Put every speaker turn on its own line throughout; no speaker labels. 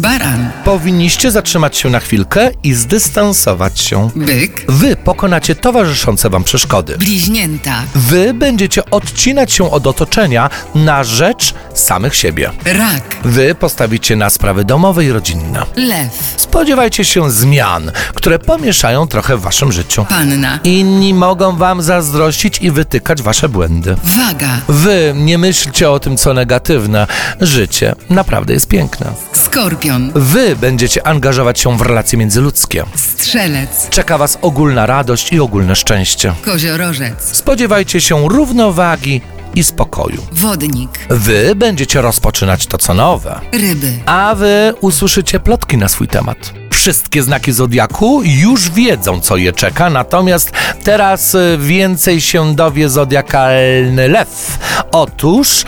Baran,
Powinniście zatrzymać się na chwilkę i zdystansować się.
byk,
Wy pokonacie towarzyszące wam przeszkody.
bliźnięta,
Wy będziecie odcinać się od otoczenia na rzecz samych siebie.
rak,
Wy postawicie na sprawy domowe i rodzinne.
lew,
Spodziewajcie się zmian, które pomieszają trochę w waszym życiu.
panna,
Inni mogą wam zazdrościć i wytykać wasze błędy.
waga,
Wy nie myślcie o tym, co negatywne. Życie naprawdę jest piękne.
skorpion,
Wy będziecie angażować się w relacje międzyludzkie.
strzelec,
Czeka Was ogólna radość i ogólne szczęście.
koziorożec,
Spodziewajcie się równowagi i spokoju.
wodnik,
Wy będziecie rozpoczynać to, co nowe,
ryby,
a Wy usłyszycie plotki na swój temat. Wszystkie znaki zodiaku już wiedzą, co je czeka, natomiast teraz y, więcej się dowie zodiakalny lew. Otóż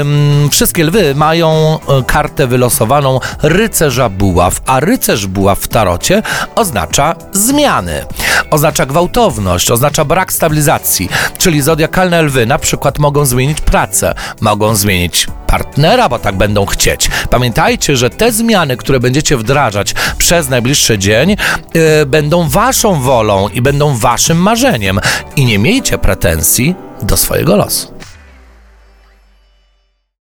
ym, wszystkie lwy mają y, kartę wylosowaną rycerza buław, a rycerz buław w tarocie oznacza zmiany. Oznacza gwałtowność, oznacza brak stabilizacji, czyli zodiakalne lwy na przykład mogą zmienić pracę, mogą zmienić partnera, bo tak będą chcieć. Pamiętajcie, że te zmiany, które będziecie wdrażać przez najbliższy dzień, y, będą waszą wolą i będą waszym marzeniem i nie miejcie pretensji do swojego losu.